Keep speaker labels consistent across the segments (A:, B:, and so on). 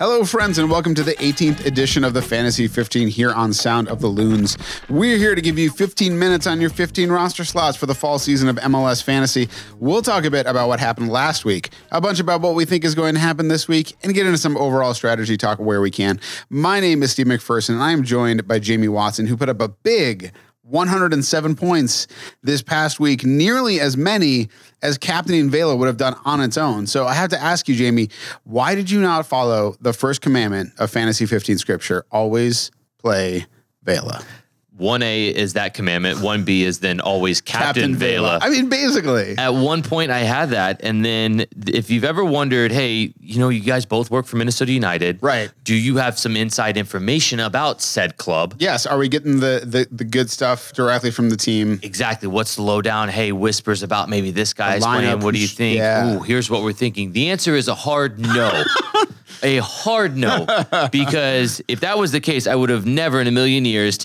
A: Hello, friends, and welcome to the 18th edition of the Fantasy 15 here on Sound of the Loons. We're here to give you 15 minutes on your 15 roster slots for the fall season of MLS Fantasy. We'll talk a bit about what happened last week, a bunch about what we think is going to happen this week, and get into some overall strategy talk where we can. My name is Steve McPherson, and I am joined by Jamie Watson, who put up a big 107 points this past week, nearly as many as Captaining Vela would have done on its own. So I have to ask you, Jamie, why did you not follow the first commandment of Fantasy 15 scripture? Always play Vela.
B: 1A is that commandment. 1B is then always Captain, Vela.
A: I mean, basically.
B: At one point, I had that. And then th- if you've ever wondered, hey, you know, you guys both work for Minnesota United.
A: Right.
B: Do you have some inside information about said club?
A: Yes. Are we getting the, the, the good stuff directly from the team?
B: Exactly. What's the lowdown? Hey, whispers about maybe this guy's
A: lineup
B: playing. What do you
A: is-
B: think?
A: yeah.
B: Ooh, here's what we're thinking. The answer is a hard no. a hard no. Because if that was the case, I would have never in a million years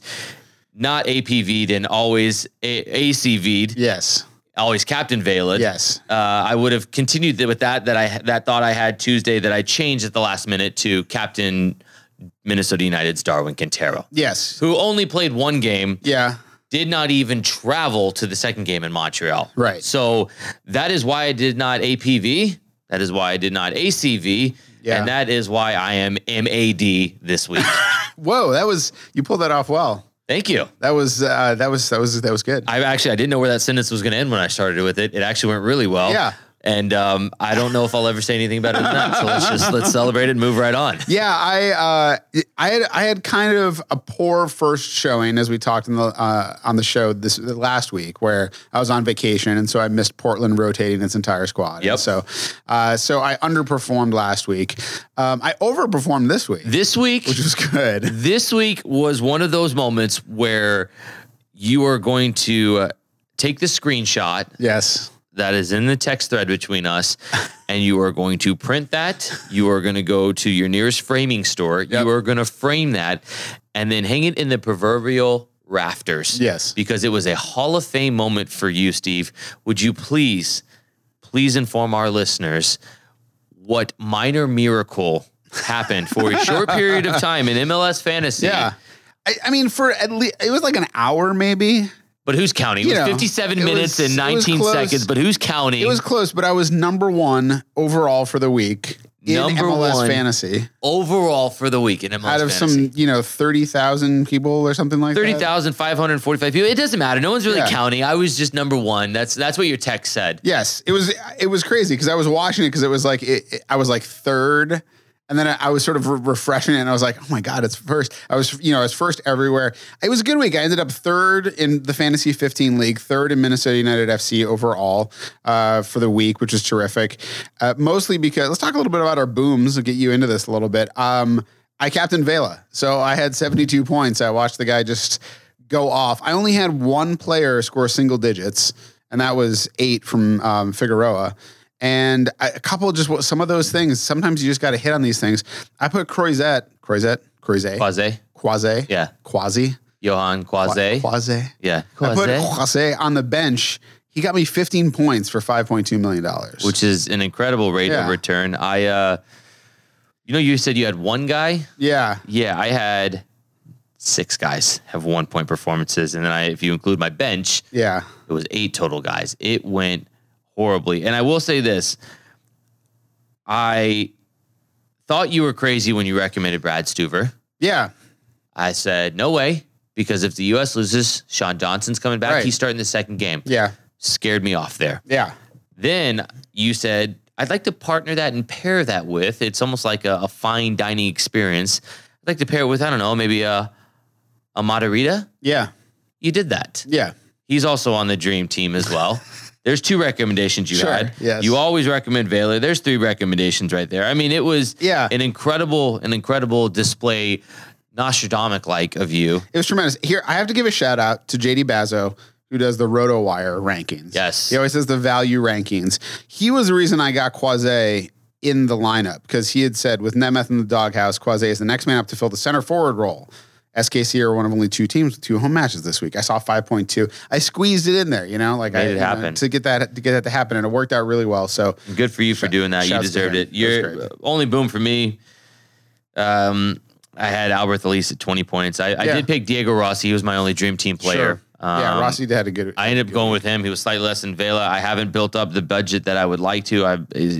B: not APV'd and always a- ACV'd.
A: Yes.
B: always captain Valid.
A: Yes.
B: Uh, I would have continued th- with that that I that thought I had Tuesday that I changed at the last minute to captain Minnesota United's Darwin Quintero,
A: Yes.
B: who only played one game,
A: Yeah.
B: did not even travel to the second game in Montreal.
A: Right.
B: So that is why I did not APV. That is why I did not ACV.
A: Yeah.
B: And that is why I am MAD this week.
A: Whoa. That was, you pulled that off well.
B: Thank you.
A: That was, uh, that was, that was, that was good.
B: I actually I didn't know where that sentence was going to end when I started with it. It actually went really well.
A: Yeah.
B: And um, I don't know if I'll ever say anything better than that. So let's just let's celebrate it and move right on.
A: Yeah, I uh, I had I had kind of a poor first showing as we talked in the uh, on the show this last week where I was on vacation and so I missed Portland rotating its entire squad. And
B: Yep.
A: So uh, so I underperformed last week. Um, I overperformed this week,
B: This week,
A: which was good.
B: this week was one of those moments where you are going to uh, take the screenshot
A: Yes.
B: that is in the text thread between us, and you are going to print that. You are going to go to your nearest framing store.
A: Yep.
B: You are going to frame that, and then hang it in the proverbial rafters.
A: Yes.
B: because it was a Hall of Fame moment for you, Steve. Would you please, please inform our listeners what minor miracle happened for a short period of time in MLS fantasy?
A: Yeah. I, I mean, for at least it was like an hour, maybe.
B: But who's counting? It
A: You
B: was
A: know,
B: 57
A: it
B: minutes
A: was-
B: and
A: it was
B: 19
A: close.
B: seconds, but who's counting?
A: It was close, but I was number one overall for the week in
B: Number
A: MLS
B: one.
A: fantasy.
B: overall for the week in MLS
A: out of
B: fantasy.
A: some, you know, 30,000 people or something like that.
B: 30,545 people. It doesn't matter. No one's really
A: Yeah.
B: counting. I was just number one. That's that's what your text said.
A: Yes, it was it was crazy because I was watching it because it was like it, it- I was like third, and then I, I was sort of re- refreshing it, and I was like, oh my god, it's first. I was you know I was first everywhere. It was a good week. I ended up third in the fantasy 15 league, third in Minnesota United FC overall uh, for the week, which is terrific. Uh, mostly because let's talk a little bit about our booms. I'll get you into this a little bit. Um, I captained Vela, so I had 72 points. I watched the guy just go off. I only had one player score single digits, and that was eight from um, Figueroa. And I, a couple of just what- some of those things. Sometimes you just got to hit on these things. I put Croizet, Croizet, Croizet,
B: Quaze.
A: Quasi,
B: Yeah.
A: Quasi,
B: Johan Quaze.
A: Quasi.
B: yeah.
A: I put
B: Quaze.
A: Quasi on the bench. He got me 15 points for 5.2 million dollars.
B: Which is an incredible rate
A: Yeah.
B: of return. I uh you know you said you had one guy?
A: yeah,
B: Yeah, I had six guys have one point performances. And then I if you include my bench,
A: yeah,
B: It was eight total guys. It went horribly. And I will say this I thought you were crazy when you recommended Brad Stuver.
A: yeah.
B: I said, no way, because if the U.S. loses, Sean Johnson's coming back.
A: Right.
B: He's starting the second game.
A: Yeah,
B: Scared me off there.
A: yeah,
B: Then you said, I'd like to partner that and pair that with. It's almost like a, a fine dining experience. I'd like to pair it with, I don't know, maybe a, a margarita.
A: yeah,
B: You did that.
A: yeah.
B: He's also on the dream team as well. There's two recommendations you
A: Sure,
B: had.
A: yes.
B: You always recommend Valor. There's three recommendations right there. I mean, it was
A: Yeah.
B: an incredible, an incredible display, Nostradamus like of you.
A: It was tremendous. Here, I have to give a shout out to JD Bazo, who does the RotoWire rankings.
B: Yes.
A: He always does the value rankings. He was the reason I got Quasi in the lineup because he had said with Nemeth in the doghouse, Quasi is the next man up to fill the center forward role. SKC are one of only two teams with two home matches this week. I saw 5.2. I squeezed it in there, you know, like I
B: it
A: you know,
B: happen.
A: to get that to get that to happen, and it worked out really well. So
B: Good for you for doing that. You
A: shouts to
B: deserved
A: him.
B: it.
A: That was
B: Your
A: great.
B: only boom for me Um, I had Albert Elise at 20 points. I, I
A: Yeah.
B: did pick Diego Rossi. He was my only dream team player.
A: yeah,
B: Um,
A: Rossi had a good.
B: I ended up going with him. He was slightly less than Vela. I haven't built up the budget that I would like to. I,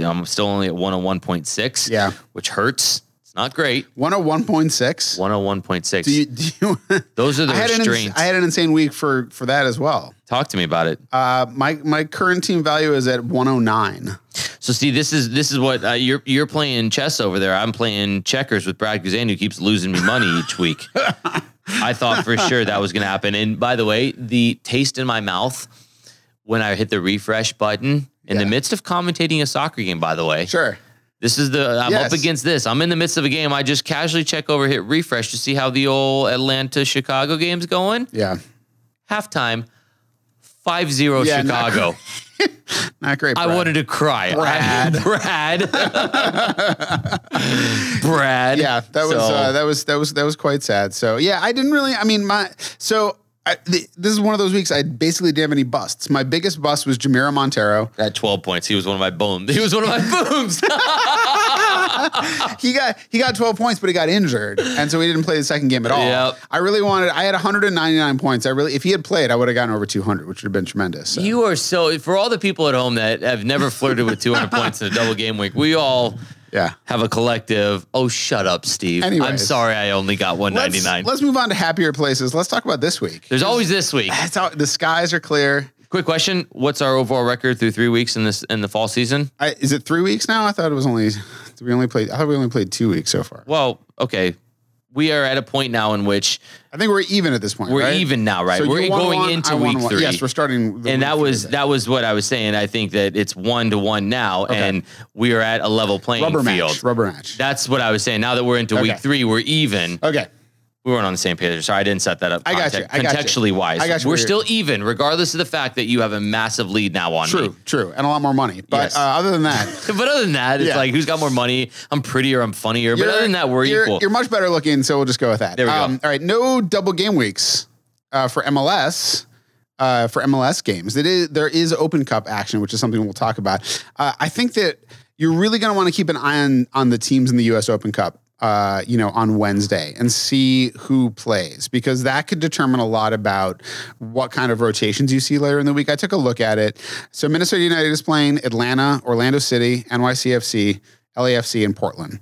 B: I'm still only at 101.6,
A: Yeah.
B: which hurts. It's not great.
A: 101.6.
B: 101.6.
A: Do you, do you,
B: Those are the
A: I, had an, ins-
B: restraints.
A: I had an insane week for for that as well.
B: Talk to me about it.
A: Uh, my my current team value is at 109.
B: So, Steve, this is this is what uh, you're you're playing chess over there. I'm playing checkers with Brad Guzan, who keeps losing me money each week. I thought for sure that was going to happen. And by the way, the taste in my mouth when I hit the refresh button in the
A: Yeah.
B: midst of commentating a soccer game. By the way,
A: Sure.
B: This is the I'm
A: Yes.
B: up against this. I'm in the midst of a game. I just casually check over, hit refresh to see how the old Atlanta Chicago game's going.
A: Yeah.
B: Halftime, 5-0
A: Yeah, no.
B: Chicago.
A: Not great.
B: I
A: Brad.
B: wanted to cry.
A: Brad.
B: Brad. Brad.
A: Yeah, that was
B: So,
A: uh, that was that was that was quite sad. So yeah, I didn't really. I mean, my so I, th- this is one of those weeks I basically didn't have any busts. My biggest bust was Jamiro Montero.
B: at 12 points. He was one of my booms. He was one of my booms.
A: He got he got 12 points, but he got injured, and so he didn't play the second game at all.
B: Yep.
A: I really wanted. I had 199 points. I really, if he had played, I would have gotten over 200, which would have been tremendous. So.
B: you are so for all the people at home that have never flirted with 200 points in a double game week. We all
A: yeah.
B: have a collective. Oh, shut up, Steve. I'm
A: Anyways.
B: sorry I only got
A: Let's,
B: 199.
A: let's move on to happier places. Let's talk about this week.
B: There's always this week.
A: That's how the skies are clear.
B: Quick question: What's our overall record through three weeks in this in the fall season?
A: I, is it three weeks now? I thought it was only. did We only played. I thought we only played two weeks so far.
B: Well, okay, we are at a point now in which
A: I think we're even at this point.
B: we're
A: right?
B: even now, right?
A: So
B: we're
A: you won
B: going
A: one, I
B: into
A: won
B: week
A: one.
B: three.
A: Yes, we're starting. the week
B: and that
A: three
B: was
A: today.
B: that was what I was saying. I think that it's one to one now, and we are at a level playing
A: rubber
B: field.
A: match. Rubber match.
B: That's what I was saying. Now that we're into week
A: Okay.
B: three, we're even.
A: okay.
B: We weren't on the same page. Sorry, I didn't set that up.
A: I got you. I got you.
B: contextually wise,
A: I got you.
B: we're
A: We're-
B: still even, regardless of the fact that you have a massive lead now on me.
A: True. True. And a lot more money. But
B: Yes.
A: uh, other than that,
B: But other than that, it's
A: Yeah.
B: like who's got more money? I'm prettier. I'm funnier. But
A: you're-
B: other than that, we're
A: you're,
B: equal.
A: You're much better looking, so we'll just go with that. Um,
B: There we go.
A: All right. No double game weeks uh, for MLS. Uh, for MLS games, it is, there is Open Cup action, which is something we'll talk about. Uh, I think that you're really going to want to keep an eye on on the teams in the U.S. Open Cup, uh, you know, on Wednesday and see who plays because that could determine a lot about what kind of rotations you see later in the week. I took a look at it. So Minnesota United is playing Atlanta, Orlando City, NYCFC, LAFC, and Portland.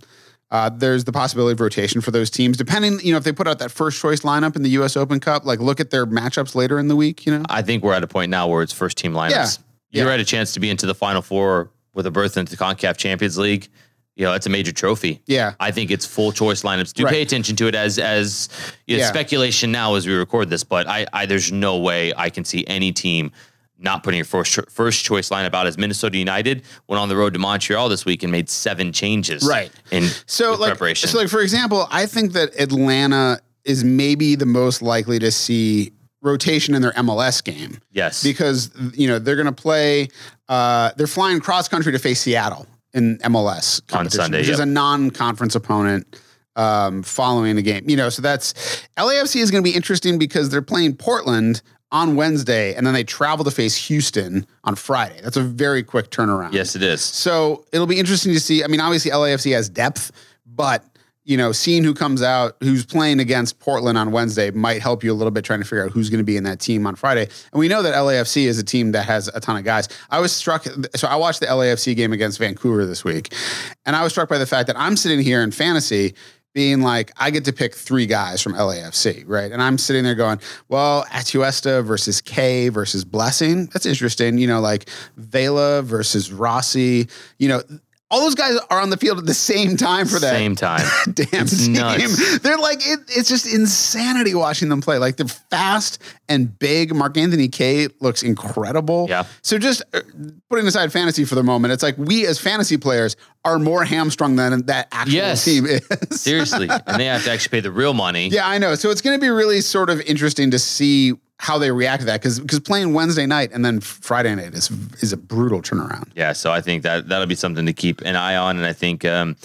A: Uh, there's the possibility of rotation for those teams, depending, you know, if they put out that first choice lineup in the U.S. Open Cup. Like, look at their matchups later in the week. You know,
B: I think we're at a point now where it's first team lineups.
A: Yeah.
B: You're
A: Yeah.
B: at a chance to be into the final four with a berth into the CONCACAF Champions League. You know, that's a major trophy.
A: yeah,
B: I think it's full choice lineups. Do
A: Right.
B: pay attention to it as as it's
A: Yeah.
B: speculation now as we record this, but I, I there's no way I can see any team not putting your first cho- first choice lineup out as Minnesota United went on the road to Montreal this week and made seven changes.
A: Right.
B: In
A: so
B: with
A: like,
B: preparation.
A: so like for example, I think that Atlanta is maybe the most likely to see rotation in their MLS game
B: yes.
A: because you know they're going to play. Uh, they're flying cross country to face Seattle in MLS competition,
B: Sunday,
A: which is a
B: yep.
A: non-conference opponent. Um, following the game, you know, so that's LAFC is going to be interesting because they're playing Portland on Wednesday, and then they travel to face Houston on Friday. That's a very quick turnaround.
B: yes, it is.
A: So it'll be interesting to see. I mean, obviously LAFC has depth, but you know, seeing who comes out, who's playing against Portland on Wednesday, might help you a little bit trying to figure out who's going to be in that team on Friday. And we know that LAFC is a team that has a ton of guys. I was struck. So I watched the LAFC game against Vancouver this week, and I was struck by the fact that I'm sitting here in fantasy being like, I get to pick three guys from LAFC, right? And I'm sitting there going, well, Atuesta versus K versus Blessing. That's interesting. You know, like Vela versus Rossi, you know, all those guys are on the field at the same time for that
B: Same time.
A: damn
B: It's
A: team.
B: nuts.
A: They're like it, it's just insanity watching them play. Like they're fast and big. Mark Anthony K looks incredible.
B: Yeah.
A: So just uh, putting aside fantasy for the moment, it's like we as fantasy players are more hamstrung than that actual
B: Yes.
A: team is.
B: Seriously. and they have to actually pay the real money.
A: Yeah, I know. So it's going to be really sort of interesting to see how they react to that because because playing Wednesday night and then Friday night is is a brutal turnaround.
B: Yeah, so I think that that'll be something to keep an eye on, and I think um,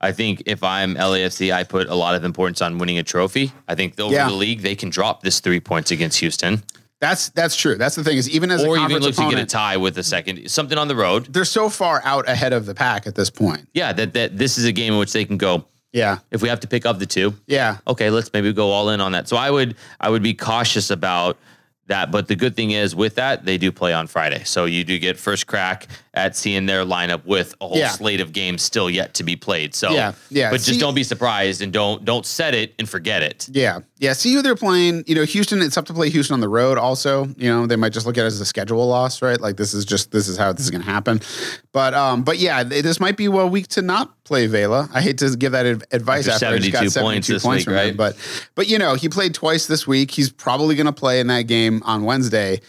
B: I think if I'm LAFC, I put a lot of importance on winning a trophy. I think over
A: Yeah.
B: the league they can drop this three points against Houston,
A: That's that's true. That's the thing is even as
B: or
A: a
B: even
A: conference
B: look to get a
A: opponent,
B: tie with a second something on the road.
A: they're so far out ahead of the pack at this point.
B: Yeah, that that this is a game in which they can go.
A: Yeah.
B: if we have to pick up the two.
A: Yeah.
B: Okay, let's maybe go all in on that. So I would I would be cautious about that, but the good thing is with that they do play on Friday, so you do get first crack at seeing their lineup with a whole
A: Yeah.
B: slate of games still yet to be played. So
A: Yeah, yeah.
B: but just
A: See-
B: don't be surprised and don't don't set it and forget it.
A: Yeah. Yeah. See who they're playing. You know, Houston, it's up to play Houston on the road also. You know, they might just look at it as a schedule loss, right? Like this is just this is how this is gonna happen. But um, but yeah, th- this might be a week to not play Vela. I hate to give that adv- advice after,
B: After
A: I just
B: 72
A: got 72
B: points
A: points,
B: this week,
A: from him,
B: right?
A: But but you know, he played twice this week. He's probably gonna play in that game on Wednesday.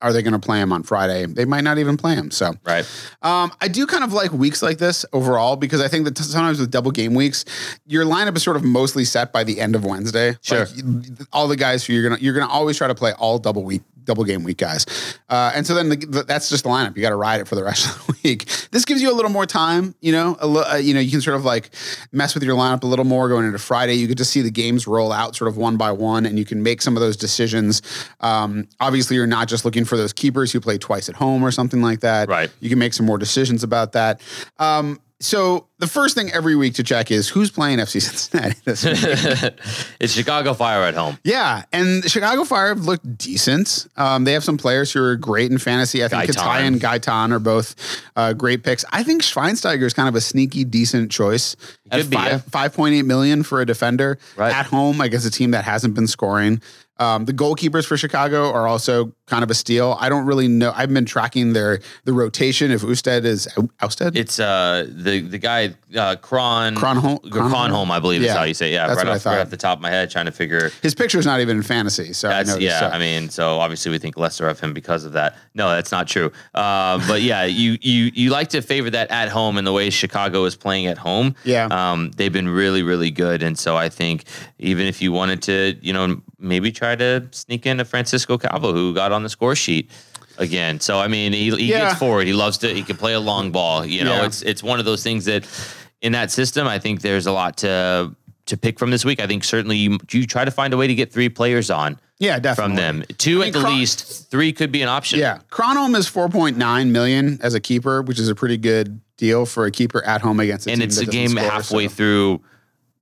A: Are they gonna play him on Friday? They might not even play him. So
B: Right.
A: um, I do kind of like weeks like this overall because I think that t- sometimes with double game weeks, your lineup is sort of mostly set by the end of Wednesday.
B: Sure.
A: Like, you- all the guys who you're gonna you're gonna always try to play all double week double game week guys, uh, and so then the, the, that's just the lineup. You got to ride it for the rest of the week. This gives you a little more time. You know, a li- uh, you know you can sort of like mess with your lineup a little more going into Friday. You get to see the games roll out sort of one by one, and you can make some of those decisions. Um, obviously, you're not just looking for those keepers who play twice at home or something like that
B: Right.
A: you can make some more decisions about that. Um, so the first thing every week to check is who's playing FC Cincinnati this week.
B: it's Chicago Fire at home.
A: yeah, and the Chicago Fire have looked decent. Um, they have some players who are great in fantasy. I think
B: Gaetan.
A: Katai and Gaetan are both uh, great picks. I think Schweinsteiger is kind of a sneaky, decent choice.
B: Could
A: At
B: be,
A: five, 5.8 million for a defender
B: Right.
A: at home against a team that hasn't been scoring. Um, the goalkeepers for Chicago are also kind of a steal. I don't really know. I've been tracking their the rotation. If Usted is ousted,
B: It's uh the the guy uh Kron
A: Kronholm-
B: Kronholm, I believe is
A: Yeah.
B: how you say it. Yeah,
A: That's
B: right
A: what I
B: off right
A: thought.
B: off the top of my head, trying to figure
A: His picture's not even in fantasy, so I
B: That's
A: noticed.
B: yeah.
A: so-
B: I mean, so obviously we think lesser of him because of that. No, that's not true. Uh, but yeah, you you you like to favor that at home and the way Chicago is playing at home.
A: Yeah.
B: um, they've been really really good, and so I think even if you wanted to, you know, maybe try to sneak in a Francisco Calvo who got on the score sheet. Again, so I mean, he, he
A: Yeah.
B: gets forward. He loves to. He can play a long ball. You know,
A: Yeah.
B: it's it's one of those things that in that system, I think there's a lot to to pick from this week. I think certainly you, you try to find a way to get three players on
A: yeah, definitely.
B: from them. Two
A: mean,
B: at the
A: Cro-
B: least, three could be an option.
A: Yeah. Chronom is 4.9 million as a keeper, which is a pretty good deal for a keeper at home against a
B: and
A: team
B: it's
A: that
B: a
A: doesn't
B: game
A: score,
B: halfway
A: so-
B: through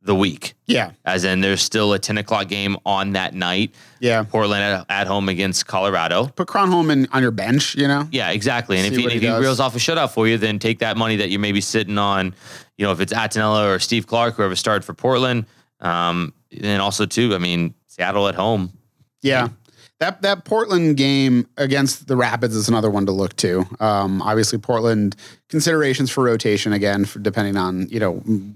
B: the week,
A: Yeah.
B: as in there's still a 10 o'clock game on that night.
A: Yeah.
B: Portland at, at home against Colorado.
A: Put Cronholm in on your bench, you know?
B: Yeah, exactly. And
A: See
B: if he,
A: what he
B: if he
A: does.
B: reels off a shutout for you, then take that money that you're maybe sitting on. You know, if it's Atenella or Steve Clark, whoever started for Portland. Um, and also too, I mean, Seattle at home.
A: Yeah. That that Portland game against the Rapids is another one to look to. Um, obviously, Portland considerations for rotation again, for depending on you know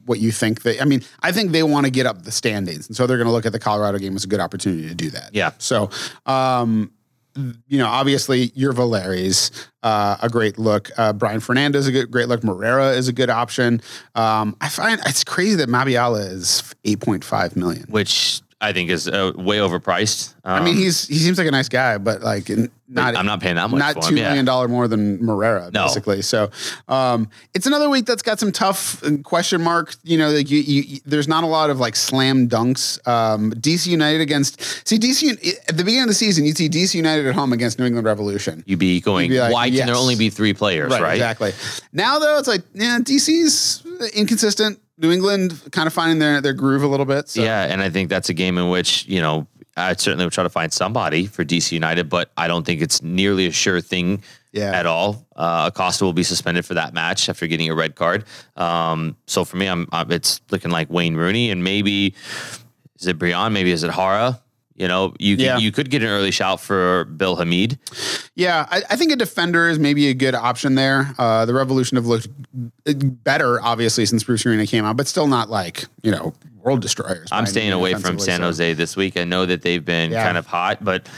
A: what you think. They, I mean, I think they want to get up the standings, and so they're going to look at the Colorado game as a good opportunity to do that.
B: Yeah.
A: So, um, you know, obviously, your Valeri's uh, a great look. Uh, Brian Fernandez is a good, great look. Morera is a good option. Um, I find it's crazy that Mabiala is eight point five million.
B: Which I think is uh, way overpriced. Um,
A: I mean, he's he seems like a nice guy, but like n- not
B: I'm not paying that much.
A: not
B: for
A: two
B: him.
A: million
B: Yeah.
A: dollar more than Morera,
B: No.
A: basically. So um, it's another week that's got some tough uh, question mark. You know, like you, you, you- there's not a lot of like slam dunks. Um, DC United against see DC Un- at the beginning of the season, you'd see DC United at home against New England Revolution.
B: You'd be going,
A: You'd be like,
B: why can there
A: yes.
B: only be three players, right?
A: exactly. Now though, it's like yeah, DC's inconsistent. New England kind of finding their their groove a little bit. So.
B: Yeah, and I think that's a game in which you know I certainly would try to find somebody for DC United, but I don't think it's nearly a sure thing
A: Yeah.
B: at all. Uh, Acosta will be suspended for that match after getting a red card. Um, so for me, I'm, i it's looking like Wayne Rooney and maybe is it Brian? Maybe is it Hara? You know, you could,
A: Yeah.
B: you could get an early shout for Bill Hamid.
A: Yeah, I, I think a defender is maybe a good option there. Uh, the Revolution have looked uh, better, obviously, since Bruce Arena came out, but still not like you know world destroyers. by
B: I'm
A: any
B: staying
A: means
B: away from
A: offensively,
B: San
A: so-
B: Jose this week. I know that they've been
A: Yeah.
B: kind of hot, but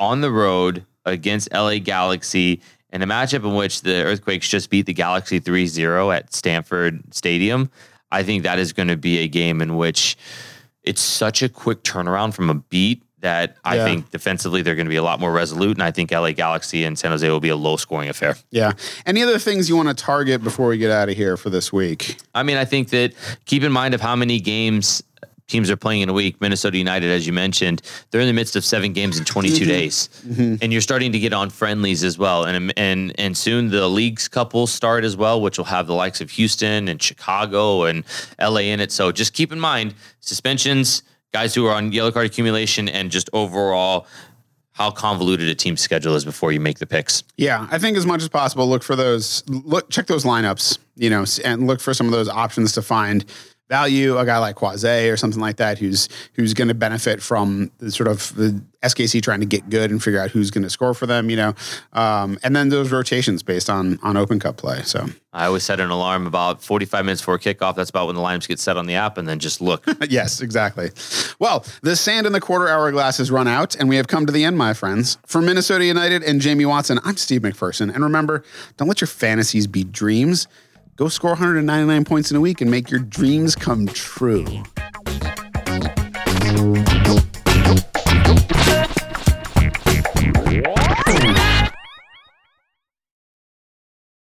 B: on the road against LA Galaxy in a matchup in which the Earthquakes just beat the Galaxy 3-0 at Stanford Stadium, I think that is going to be a game in which it's such a quick turnaround from a beat that I
A: Yeah.
B: think defensively they're going to be a lot more resolute, and I think LA Galaxy and San Jose will be a low scoring affair.
A: Yeah. Any other things you want to target before we get out of here for this week?
B: I mean, I think that keep in mind of how many games teams are playing in a week. Minnesota United, as you mentioned, they're in the midst of seven games in 22 days, and you're starting to get on friendlies as well. And and and soon the league's couple start as well, which will have the likes of Houston and Chicago and LA in it. So just keep in mind suspensions, guys who are on yellow card accumulation, and just overall how convoluted a team's schedule is before you make the picks.
A: Yeah, I think as much as possible, look for those. Look, check those lineups, you know, s- and look for some of those options to find value. A guy like Quaze or something like that, who's who's going to benefit from the sort of the SKC trying to get good and figure out who's going to score for them, you know, um, and then those rotations based on on Open Cup play. So
B: I always set an alarm about 45 minutes before kickoff. That's about when the lineups get set on the app, and then just look.
A: yes, exactly. Well, the sand in the quarter hour glass has run out, and we have come to the end, my friends. For Minnesota United and Jamie Watson, I'm Steve McPherson. And remember, don't let your fantasies be dreams. Go score 199 points in a week and make your dreams come true.